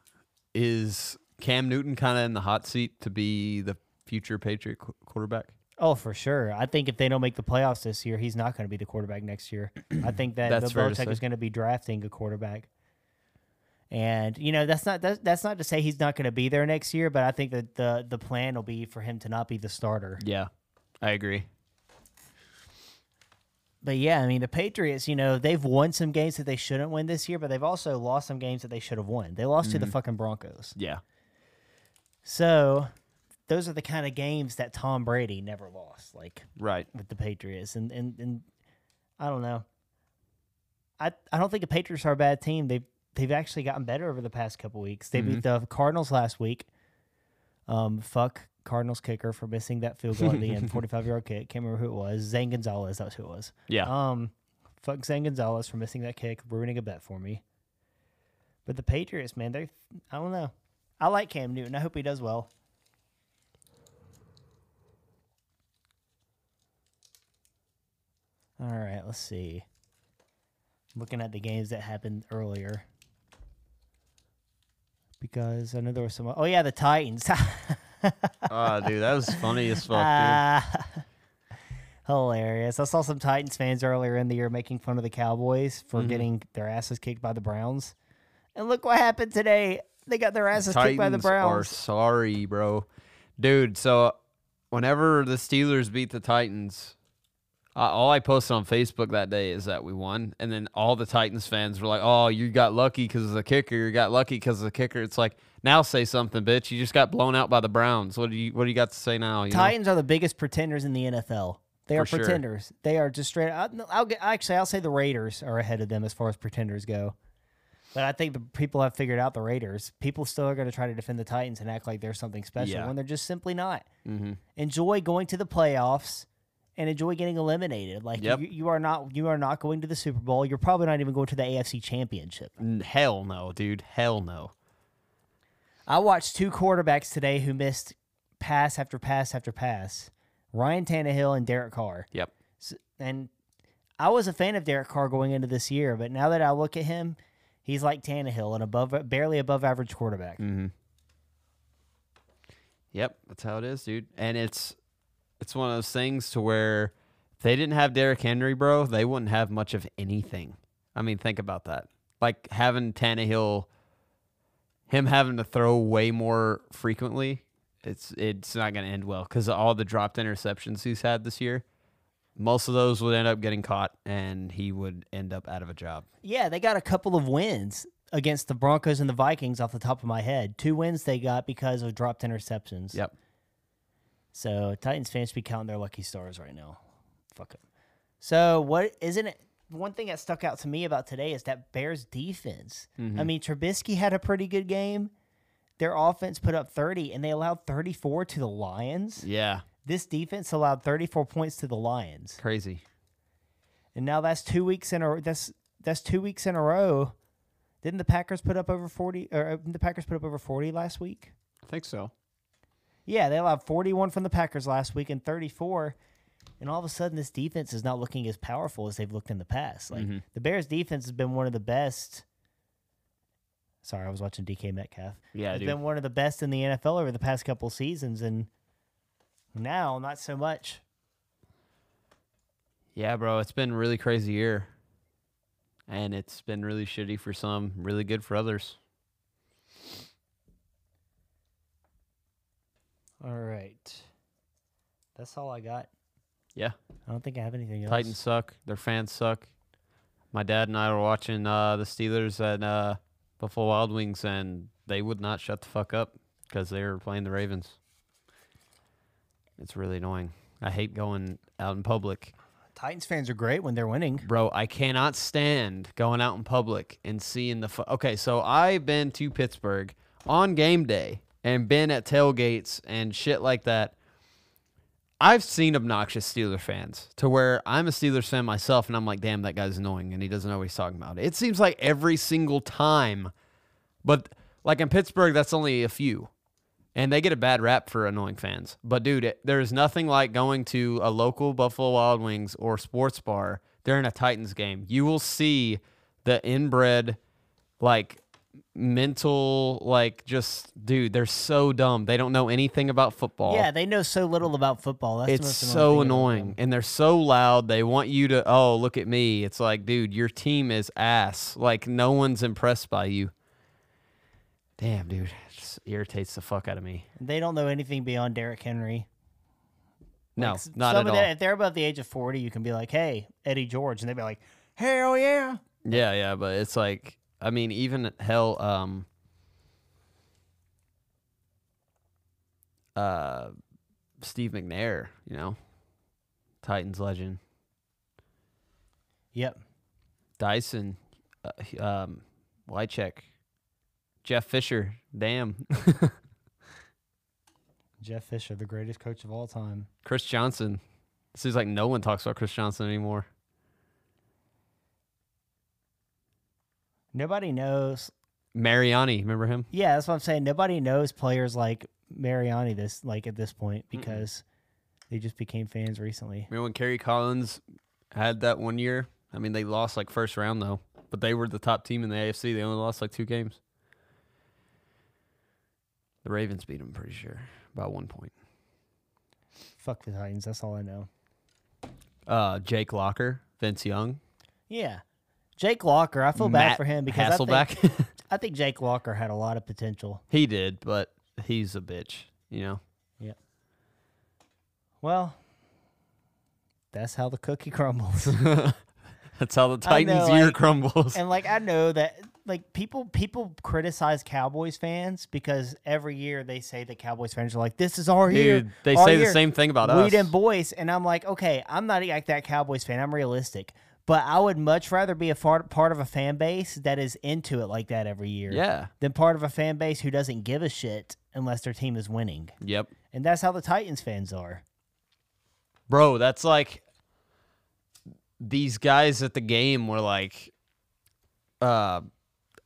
Speaker 2: is Cam Newton kind of in the hot seat to be the future Patriot qu- quarterback?
Speaker 1: Oh, for sure. I think if they don't make the playoffs this year, he's not going to be the quarterback next year. I think that Bill
Speaker 2: That's fair to
Speaker 1: Belichick
Speaker 2: say.
Speaker 1: is going to be drafting a quarterback. And you know that's not that's, that's not to say he's not going to be there next year, but I think that the the plan will be for him to not be the starter.
Speaker 2: Yeah, I agree.
Speaker 1: But yeah, I mean the Patriots, you know, they've won some games that they shouldn't win this year, but they've also lost some games that they should have won. They lost
Speaker 2: Mm-hmm.
Speaker 1: to the fucking Broncos.
Speaker 2: Yeah,
Speaker 1: So those are the kind of games that Tom Brady never lost, like
Speaker 2: right.
Speaker 1: with the Patriots. And and, and I don't know. I I don't think the Patriots are a bad team. They've they've actually gotten better over the past couple weeks. They beat the Cardinals last week. Um, fuck Cardinals kicker for missing that field goal at the end, forty five yard kick. Can't remember who it was. Zane Gonzalez, that's who it was.
Speaker 2: Yeah.
Speaker 1: Um, fuck Zane Gonzalez for missing that kick, ruining a bet for me. But the Patriots, man, they're I don't know. I like Cam Newton. I hope he does well. All right, let's see. Looking at the games that happened earlier. Because I know there were some. Oh, yeah, the Titans.
Speaker 2: Ah, dude, that was funny as fuck, dude.
Speaker 1: Ah. hilarious. I saw some Titans fans earlier in the year making fun of the Cowboys
Speaker 2: Mm-hmm.
Speaker 1: for getting their asses kicked by the Browns. And look what happened today. They got their asses kicked by the
Speaker 2: Titans are
Speaker 1: Browns.
Speaker 2: sorry, bro. Dude, so whenever the Steelers beat the Titans, uh, all I posted on Facebook that day is that we won. And then all the Titans fans were like, oh, you got lucky because of the kicker. You got lucky because of the kicker. It's like, now say something, bitch. You just got blown out by the Browns. What do you What do you got to say now? You know?
Speaker 1: Titans are the biggest pretenders in the NFL. They
Speaker 2: For
Speaker 1: are
Speaker 2: sure.
Speaker 1: pretenders. They are just straight. I, no, I'll get, actually, I'll say the Raiders are ahead of them as far as pretenders go. But I think the people have figured out the Raiders. People still are going to try to defend the Titans and act like they're something special
Speaker 2: Yeah. Mm-hmm.
Speaker 1: when they're just simply not. Enjoy going to the playoffs and enjoy getting eliminated. Like
Speaker 2: Yep.
Speaker 1: you, you are not you are not going to the Super Bowl. You're probably not even going to the AFC Championship.
Speaker 2: N- Hell no, dude. Hell no.
Speaker 1: I watched two quarterbacks today who missed pass after pass after pass. Ryan Tannehill and Derek Carr.
Speaker 2: Yep.
Speaker 1: S- and I was a fan of Derek Carr going into this year, but now that I look at him, he's like Tannehill, an above, barely above average quarterback.
Speaker 2: Yep, that's how it is, dude. And it's it's one of those things to where if they didn't have Derrick Henry, bro, they wouldn't have much of anything. I mean, think about that. Like having Tannehill, him having to throw way more frequently, it's it's not going to end well because of all the dropped interceptions he's had this year. Most of those would end up getting caught, and he would end up out of a job.
Speaker 1: Yeah, they got a couple of wins against the Broncos and the Vikings off the top of my head. Two wins they got because of dropped interceptions.
Speaker 2: Yep.
Speaker 1: So Titans fans should be counting their lucky stars right now. Fuck 'em. So what isn't it? One thing that stuck out to me about today is that Bears defense. I mean, Trubisky had a pretty good game. Their offense put up 30, and they allowed 34 to the Lions.
Speaker 2: Yeah.
Speaker 1: This defense allowed 34 points to the Lions,
Speaker 2: Crazy.
Speaker 1: and now that's two weeks in a that's that's two weeks in a row. Didn't the Packers put up over 40? Or uh, didn't the Packers put up over 40 last week?
Speaker 2: I think so.
Speaker 1: Yeah, they allowed 41 from the Packers last week and 34. And all of a sudden, this defense is not looking as powerful as they've looked in the past.
Speaker 2: Mm-hmm.
Speaker 1: Like the Bears' defense has been one of the best. Sorry, I was watching DK Metcalf.
Speaker 2: Yeah,
Speaker 1: it's
Speaker 2: dude.
Speaker 1: been one of the best in the NFL over the past couple seasons, and now not so much.
Speaker 2: Yeah, bro, it's been a really crazy year. And it's been really shitty for some, really good for others.
Speaker 1: All right, that's all I got.
Speaker 2: Yeah.
Speaker 1: I don't think I have anything else.
Speaker 2: Titans suck, their fans suck. My dad and I were watching uh, the Steelers and uh, Buffalo Wild Wings and they would not shut the fuck up cuz they were playing the Ravens. It's really annoying. I hate going out in public.
Speaker 1: Titans fans are great when they're winning.
Speaker 2: Bro, I cannot stand going out in public and seeing the. Fu- okay, so I've been to Pittsburgh on game day and been at tailgates and shit like that. I've seen obnoxious Steeler fans to where I'm a Steelers fan myself and I'm like, damn, that guy's annoying and he doesn't know what he's talking about. It seems like every single time, but like in Pittsburgh, that's only a few. And they get a bad rap for annoying fans. But dude, it, there is nothing like going to a local Buffalo Wild Wings or sports bar during a Titans game. You will see the inbred, like mental, like just dude. They're so dumb. They don't know anything about football.
Speaker 1: Yeah, they know so little about football. That's the
Speaker 2: It's
Speaker 1: most
Speaker 2: so
Speaker 1: thing about them.
Speaker 2: annoying. And they're so loud. They want you to, oh, look at me. It's like, dude, your team is ass. Like, no one's impressed by you. Damn, dude. It just irritates the fuck out of me.
Speaker 1: They don't know anything beyond Derrick Henry.
Speaker 2: No,
Speaker 1: Like, s-
Speaker 2: not
Speaker 1: some
Speaker 2: at
Speaker 1: of
Speaker 2: all.
Speaker 1: them- if they're above the age of 40, you can be like, hey, Eddie George. And they'd be like, hell yeah.
Speaker 2: Yeah, yeah, but it's like I mean, even hell, um uh Steve McNair, you know. Titans legend.
Speaker 1: Yep.
Speaker 2: Dyson, uh, um, Wycheck, Jeff Fisher. Damn,
Speaker 1: Jeff Fisher, the greatest coach of all time.
Speaker 2: Chris Johnson. Seems like no one talks about Chris Johnson anymore.
Speaker 1: Nobody knows.
Speaker 2: Mariani, remember him?
Speaker 1: Yeah, that's what I'm saying. Nobody knows players like Mariani this like at this point because they just became fans recently.
Speaker 2: Remember when Kerry Collins had that one year? I mean, they lost like first round though, but they were the top team in the AFC. They only lost like two games. The Ravens beat them, pretty sure, by one point.
Speaker 1: Fuck the Titans. That's all I know.
Speaker 2: Uh, Jake Locker, Vince Young,
Speaker 1: Yeah. Jake Locker, I feel bad
Speaker 2: Matt
Speaker 1: for him because I think,
Speaker 2: Hasselbeck.
Speaker 1: I think Jake Locker had a lot of potential.
Speaker 2: he did, but he's a bitch, you know.
Speaker 1: Well, that's how the cookie crumbles.
Speaker 2: That's how the
Speaker 1: I know,
Speaker 2: Titans' year
Speaker 1: like-
Speaker 2: crumbles.
Speaker 1: and like I know that like people people criticize Cowboys fans because every year they say that Cowboys fans are like, This is our year.
Speaker 2: Dude, they
Speaker 1: our
Speaker 2: say
Speaker 1: year.
Speaker 2: the same thing about
Speaker 1: Weed
Speaker 2: us.
Speaker 1: and Boyce, and I'm like, okay, I'm not like that Cowboys fan. I'm realistic, but I would much rather be a far, part of a fan base that is into it like that every year,
Speaker 2: yeah.
Speaker 1: than part of a fan base who doesn't give a shit unless their team is winning.
Speaker 2: Yep.
Speaker 1: And that's how the Titans fans are.
Speaker 2: Bro, that's like these guys at the game were like, uh,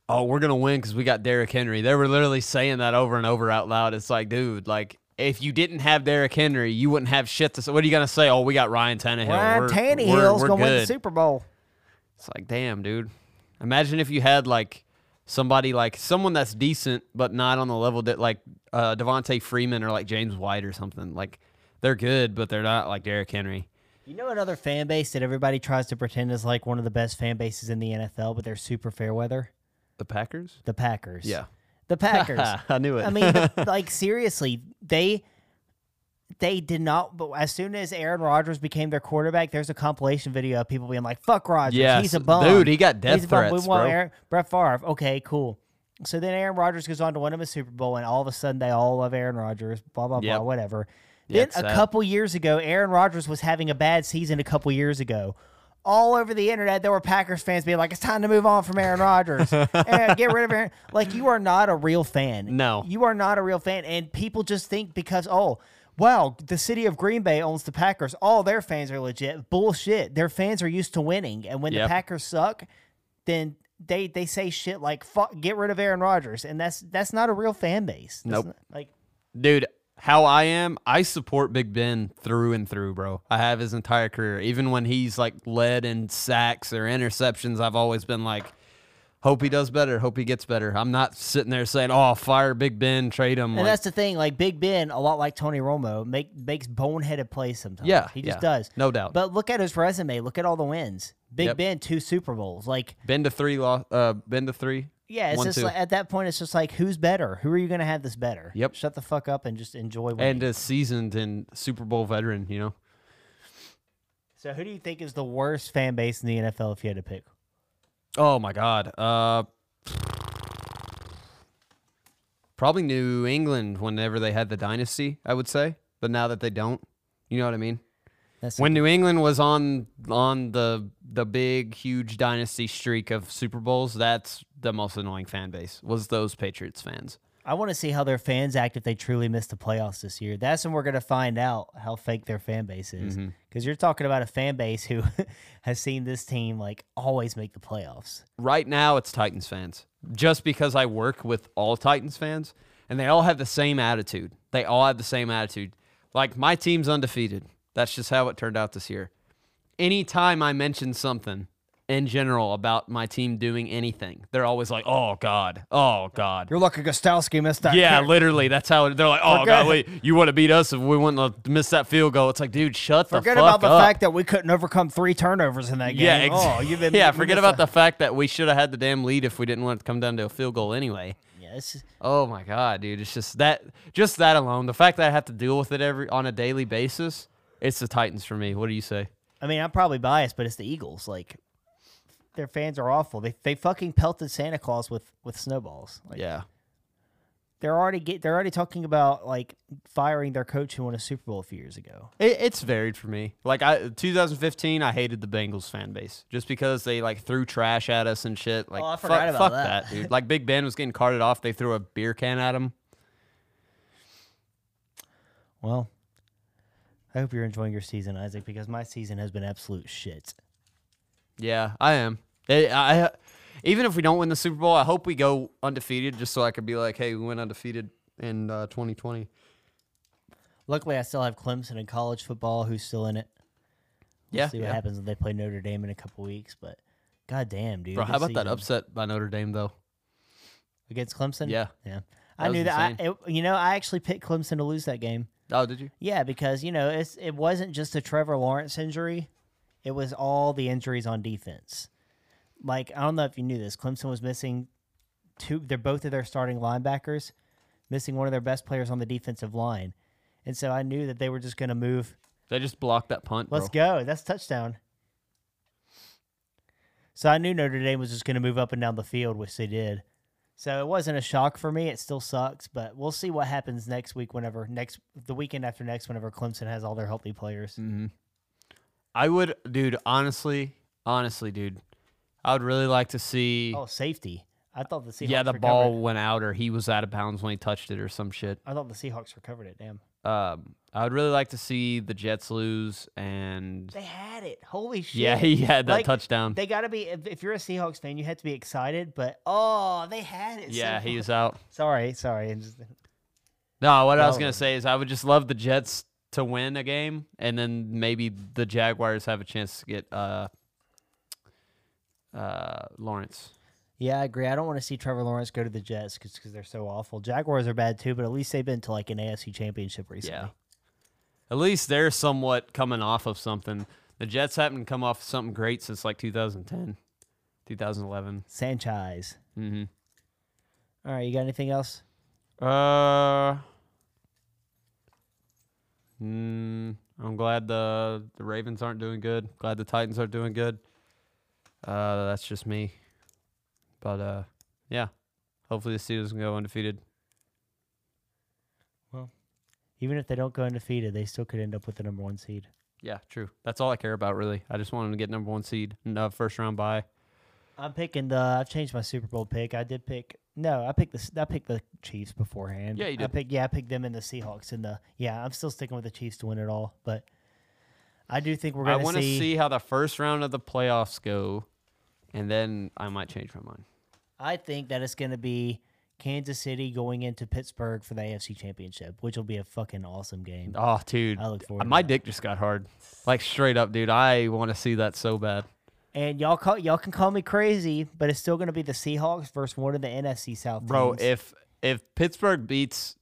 Speaker 2: oh, we're going to win because we got Derrick Henry. They were literally saying that over and over out loud. It's like, dude, like, if you didn't have Derrick Henry, you wouldn't have shit to say. What are you going to say? Oh, we got Ryan Tannehill.
Speaker 1: Ryan
Speaker 2: we're,
Speaker 1: Tannehill's
Speaker 2: we're, we're
Speaker 1: gonna win the
Speaker 2: good."
Speaker 1: Super Bowl.
Speaker 2: It's like, damn, dude. Imagine if you had like somebody like someone that's decent but not on the level that like uh, Devontae Freeman or like James White or something. Like they're good, but they're not like Derrick Henry.
Speaker 1: You know another fan base that everybody tries to pretend is like one of the best fan bases in the NFL, but they're super fair weather.
Speaker 2: The Packers?
Speaker 1: The Packers.
Speaker 2: Yeah.
Speaker 1: The Packers.
Speaker 2: I knew it.
Speaker 1: I mean, the- like seriously, they they did not. But as soon as Aaron Rodgers became their quarterback, there's a compilation video of people being like, "Fuck Rodgers,
Speaker 2: Yes.
Speaker 1: he's a bum,
Speaker 2: Dude, he got death
Speaker 1: He's a bum.
Speaker 2: threats,
Speaker 1: We want
Speaker 2: bro.
Speaker 1: Aaron Brett Favre. Okay, cool. So then Aaron Rodgers goes on to win him a Super Bowl, and all of a sudden they all love Aaron Rodgers. Blah blah
Speaker 2: Yep.
Speaker 1: blah. Whatever.
Speaker 2: Yeah,
Speaker 1: Then
Speaker 2: it's
Speaker 1: a
Speaker 2: sad.
Speaker 1: couple years ago, Aaron Rodgers was having a bad season. A couple years ago. All over the internet, there were Packers fans being like, "It's time to move on from Aaron Rodgers. Aaron, get rid of Aaron." Like you are not a real fan.
Speaker 2: No.
Speaker 1: you are not a real fan. And people just think because oh, wow, the city of Green Bay owns the Packers. All their fans are legit. Bullshit. Their fans are used to winning, and when
Speaker 2: Yep.
Speaker 1: the Packers suck, then they they say shit like "fuck, get rid of Aaron Rodgers," and that's that's not a real fan base. That's
Speaker 2: Nope.
Speaker 1: not- like
Speaker 2: dude, how I am, I support Big Ben through and through, bro. I have his entire career. Even when he's like led in sacks or interceptions, I've always been like, hope he does better. Hope he gets better. I'm not sitting there saying, oh, fire Big Ben, trade him.
Speaker 1: And
Speaker 2: like,
Speaker 1: that's the thing, like Big Ben, a lot like Tony Romo, make makes boneheaded plays sometimes.
Speaker 2: Yeah,
Speaker 1: he just
Speaker 2: yeah.
Speaker 1: does,
Speaker 2: No doubt.
Speaker 1: But look at his resume. Look at all the wins. Big
Speaker 2: Yep.
Speaker 1: Ben, two Super Bowls. Like,
Speaker 2: Been to three, lo- uh, been to three.
Speaker 1: yeah, it's
Speaker 2: One,
Speaker 1: just
Speaker 2: two.
Speaker 1: like, at that point, it's just like, who's better? Who are you going to have this better?
Speaker 2: Yep.
Speaker 1: Shut the fuck up and just enjoy. Winning.
Speaker 2: and uh, a seasoned and Super Bowl veteran. You know,
Speaker 1: so, who do you think is the worst fan base in the NFL if you had to pick?
Speaker 2: oh my God, uh, probably New England whenever they had the dynasty, I would say. But now that they don't, you know what I mean.
Speaker 1: That's
Speaker 2: When New England was on on the the big huge dynasty streak of Super Bowls, that's the most annoying fan base was those Patriots fans.
Speaker 1: I want to see how their fans act if they truly miss the playoffs this year. That's when we're going to find out how fake their fan base is. Because
Speaker 2: Mm-hmm.
Speaker 1: you're talking about a fan base who has seen this team like always make the playoffs.
Speaker 2: right now it's Titans fans. Just because I work with all Titans fans and they all have the same attitude. They all have the same attitude. Like my team's undefeated. That's just how it turned out this year. Anytime I mention something in general about my team doing anything, they're always like, "Oh god. Oh god."
Speaker 1: You're lucky Gostowski missed that.
Speaker 2: Yeah, literally. That's how it, they're like, "Oh
Speaker 1: Forget-
Speaker 2: god, wait. You want to beat us if we wouldn't to miss that field goal." It's like, "Dude, shut the
Speaker 1: Forget
Speaker 2: fuck
Speaker 1: about the
Speaker 2: up."
Speaker 1: fact that we couldn't overcome three turnovers in that game.
Speaker 2: Yeah, ex-
Speaker 1: oh, you've been
Speaker 2: yeah.
Speaker 1: we
Speaker 2: Forget
Speaker 1: missed
Speaker 2: about the fact that we should have had the damn lead if we didn't want it to come down to a field goal anyway.
Speaker 1: a- Yeah, it's-
Speaker 2: Oh my god, dude! It's just that, just that alone. The fact that I have to deal with it every on a daily basis, it's the Titans for me. What do you say?
Speaker 1: I mean, I'm probably biased, but it's the Eagles. Like, their fans are awful. They they fucking pelted Santa Claus with with snowballs. Like,
Speaker 2: Yeah,
Speaker 1: They're already get, they're already talking about like firing their coach who won a Super Bowl a few years ago.
Speaker 2: It, it's varied for me. Like I 2015, I hated the Bengals fan base just because they like threw trash at us and shit. Like
Speaker 1: Oh, I
Speaker 2: fuck,
Speaker 1: forgot about
Speaker 2: fuck
Speaker 1: that.
Speaker 2: that. dude. Like Big Ben was getting carted off. They threw a beer can at him.
Speaker 1: Well, I hope you're enjoying your season, Isaac, because my season has been absolute shit.
Speaker 2: Yeah, I am. It, I even if we don't win the Super Bowl, I hope we go undefeated just so I could be like, hey, we went undefeated in uh, 2020.
Speaker 1: Luckily, I still have Clemson in college football, who's still in it. We'll
Speaker 2: Yeah,
Speaker 1: see what
Speaker 2: yeah.
Speaker 1: happens when they play Notre Dame in a couple weeks. But goddamn, dude,
Speaker 2: Bro, how
Speaker 1: this
Speaker 2: about that
Speaker 1: season
Speaker 2: upset by Notre Dame though?
Speaker 1: against Clemson?
Speaker 2: Yeah.
Speaker 1: yeah. I
Speaker 2: was
Speaker 1: knew that. I, it, you know, I actually picked Clemson to lose that game.
Speaker 2: Oh, did you?
Speaker 1: Yeah, because you know it's it wasn't just a Trevor Lawrence injury; it was all the injuries on defense. Like I don't know if you knew this, Clemson was missing two. They're both of their starting linebackers, missing one of their best players on the defensive line, and so I knew that they were just going to move.
Speaker 2: They just blocked that punt.
Speaker 1: Let's
Speaker 2: Let's
Speaker 1: go! That's touchdown. So I knew Notre Dame was just going to move up and down the field, which they did. So it wasn't a shock for me. It still sucks, but we'll see what happens next week. Whenever next the weekend after next, whenever Clemson has all their healthy
Speaker 2: Mm.
Speaker 1: players.
Speaker 2: I would, dude. Honestly, honestly, dude, I would really like to see.
Speaker 1: Oh, safety! I thought the Seahawks.
Speaker 2: yeah, the
Speaker 1: recovered-
Speaker 2: ball went out, or he was out of bounds when he touched it, or some shit.
Speaker 1: I thought the Seahawks recovered it. Damn,
Speaker 2: Um, I would really like to see the Jets lose, and
Speaker 1: they had it. Holy shit!
Speaker 2: yeah, he had that
Speaker 1: Like,
Speaker 2: touchdown.
Speaker 1: They got to be. If, if you're a Seahawks fan, you have to be excited. But oh, they had it. so
Speaker 2: yeah, he
Speaker 1: fu-
Speaker 2: was out.
Speaker 1: Sorry, sorry. I'm just-
Speaker 2: No, what I was
Speaker 1: Well,
Speaker 2: gonna say is I would just love the Jets to win a game, and then maybe the Jaguars have a chance to get uh, uh, Lawrence.
Speaker 1: Yeah, I agree. I don't want to see Trevor Lawrence go to the Jets because they're so awful. Jaguars are bad too, but at least they've been to like an AFC Championship recently.
Speaker 2: Yeah. At least they're somewhat coming off of something. The Jets haven't come off something great since like 2010, 2011.
Speaker 1: Sanchez.
Speaker 2: Mm-hmm.
Speaker 1: All right, you got anything else?
Speaker 2: Uh, mm, I'm glad the the Ravens aren't doing good. Glad the Titans are doing good. Uh, that's just me. But uh, yeah. Hopefully the Steelers can go undefeated.
Speaker 1: Even if they don't go undefeated, they still could end up with the number one seed.
Speaker 2: Yeah, true. That's all I care about really. I just want them to get number one seed, and, uh, first round bye.
Speaker 1: I'm picking the. I've changed my Super Bowl pick. I did pick. No, I picked the. I picked the Chiefs beforehand.
Speaker 2: Yeah, you
Speaker 1: I
Speaker 2: did.
Speaker 1: picked, yeah, I picked them and the Seahawks and the. Yeah, I'm still sticking with the Chiefs to win it all, but I do think we're
Speaker 2: I
Speaker 1: going
Speaker 2: want
Speaker 1: to
Speaker 2: to see how the first round of the playoffs go, and then I might change my mind.
Speaker 1: I think that it's going to be Kansas City going into Pittsburgh for the AFC Championship, which will be a fucking awesome game.
Speaker 2: Oh, dude,
Speaker 1: I look forward to
Speaker 2: my
Speaker 1: that.
Speaker 2: dick just got hard, like straight up, dude. I want to see that so bad.
Speaker 1: And y'all call y'all can call me crazy, but it's still going to be the Seahawks versus one of the NFC South
Speaker 2: Bro,
Speaker 1: teams.
Speaker 2: if if Pittsburgh beats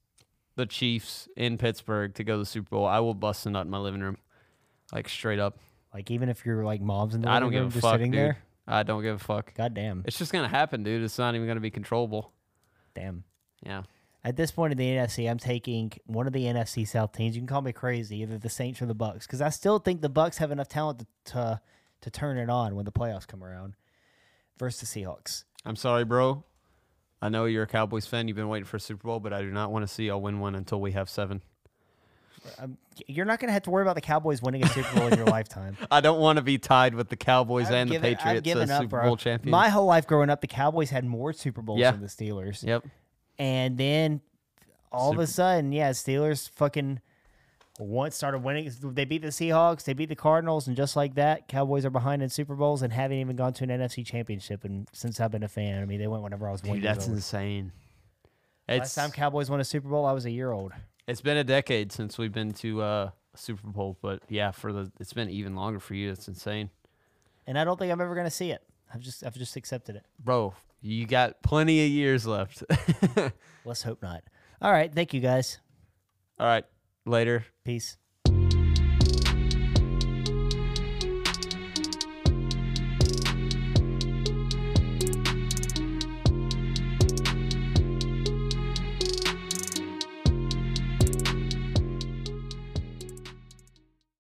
Speaker 2: the Chiefs in Pittsburgh to go to the Super Bowl, I will bust a nut in my living room, like straight up.
Speaker 1: like even if you're like moms in the
Speaker 2: I
Speaker 1: living
Speaker 2: don't give
Speaker 1: room
Speaker 2: a
Speaker 1: just
Speaker 2: fuck,
Speaker 1: sitting
Speaker 2: dude.
Speaker 1: there,
Speaker 2: I don't give a fuck.
Speaker 1: goddamn,
Speaker 2: It's just gonna happen, dude. It's not even gonna be controllable.
Speaker 1: damn.
Speaker 2: Yeah,
Speaker 1: At this point in the NFC, I'm taking one of the NFC South teams. You can call me crazy, either the Saints or the Bucks, because I still think the Bucks have enough talent to, to to turn it on when the playoffs come around versus the Seahawks.
Speaker 2: I'm sorry, bro. I know you're a Cowboys fan. You've been waiting for a Super Bowl, but I do not want to see y'all win one until we have seven.
Speaker 1: Um, you're not going to have to worry about the Cowboys winning a Super Bowl in your lifetime.
Speaker 2: I don't want to be tied with the Cowboys
Speaker 1: I've
Speaker 2: and the
Speaker 1: given- I've
Speaker 2: Patriots
Speaker 1: given
Speaker 2: as
Speaker 1: up,
Speaker 2: Super
Speaker 1: bro.
Speaker 2: Bowl champions.
Speaker 1: My whole life growing up, the Cowboys had more Super Bowls
Speaker 2: Yeah.
Speaker 1: than the Steelers,
Speaker 2: yep.
Speaker 1: and then all of a
Speaker 2: Super-
Speaker 1: sudden, yeah, Steelers fucking once started winning. They beat the Seahawks, they beat the Cardinals, and just like that, Cowboys are behind in Super Bowls and haven't even gone to an NFC Championship. And since I've been a fan, I mean, they went whenever I was one
Speaker 2: Dude,
Speaker 1: year
Speaker 2: that's
Speaker 1: old.
Speaker 2: insane.
Speaker 1: Last
Speaker 2: It's,
Speaker 1: time Cowboys won a Super Bowl, I was a year old.
Speaker 2: it's been a decade since we've been to uh, a Super Bowl, but yeah, for the it's been even longer for you. That's insane,
Speaker 1: and I don't think I'm ever gonna see it. I've just I've just accepted it.
Speaker 2: bro. You got plenty of years left.
Speaker 1: Let's hope not. All right, thank you guys.
Speaker 2: All right, later.
Speaker 1: Peace.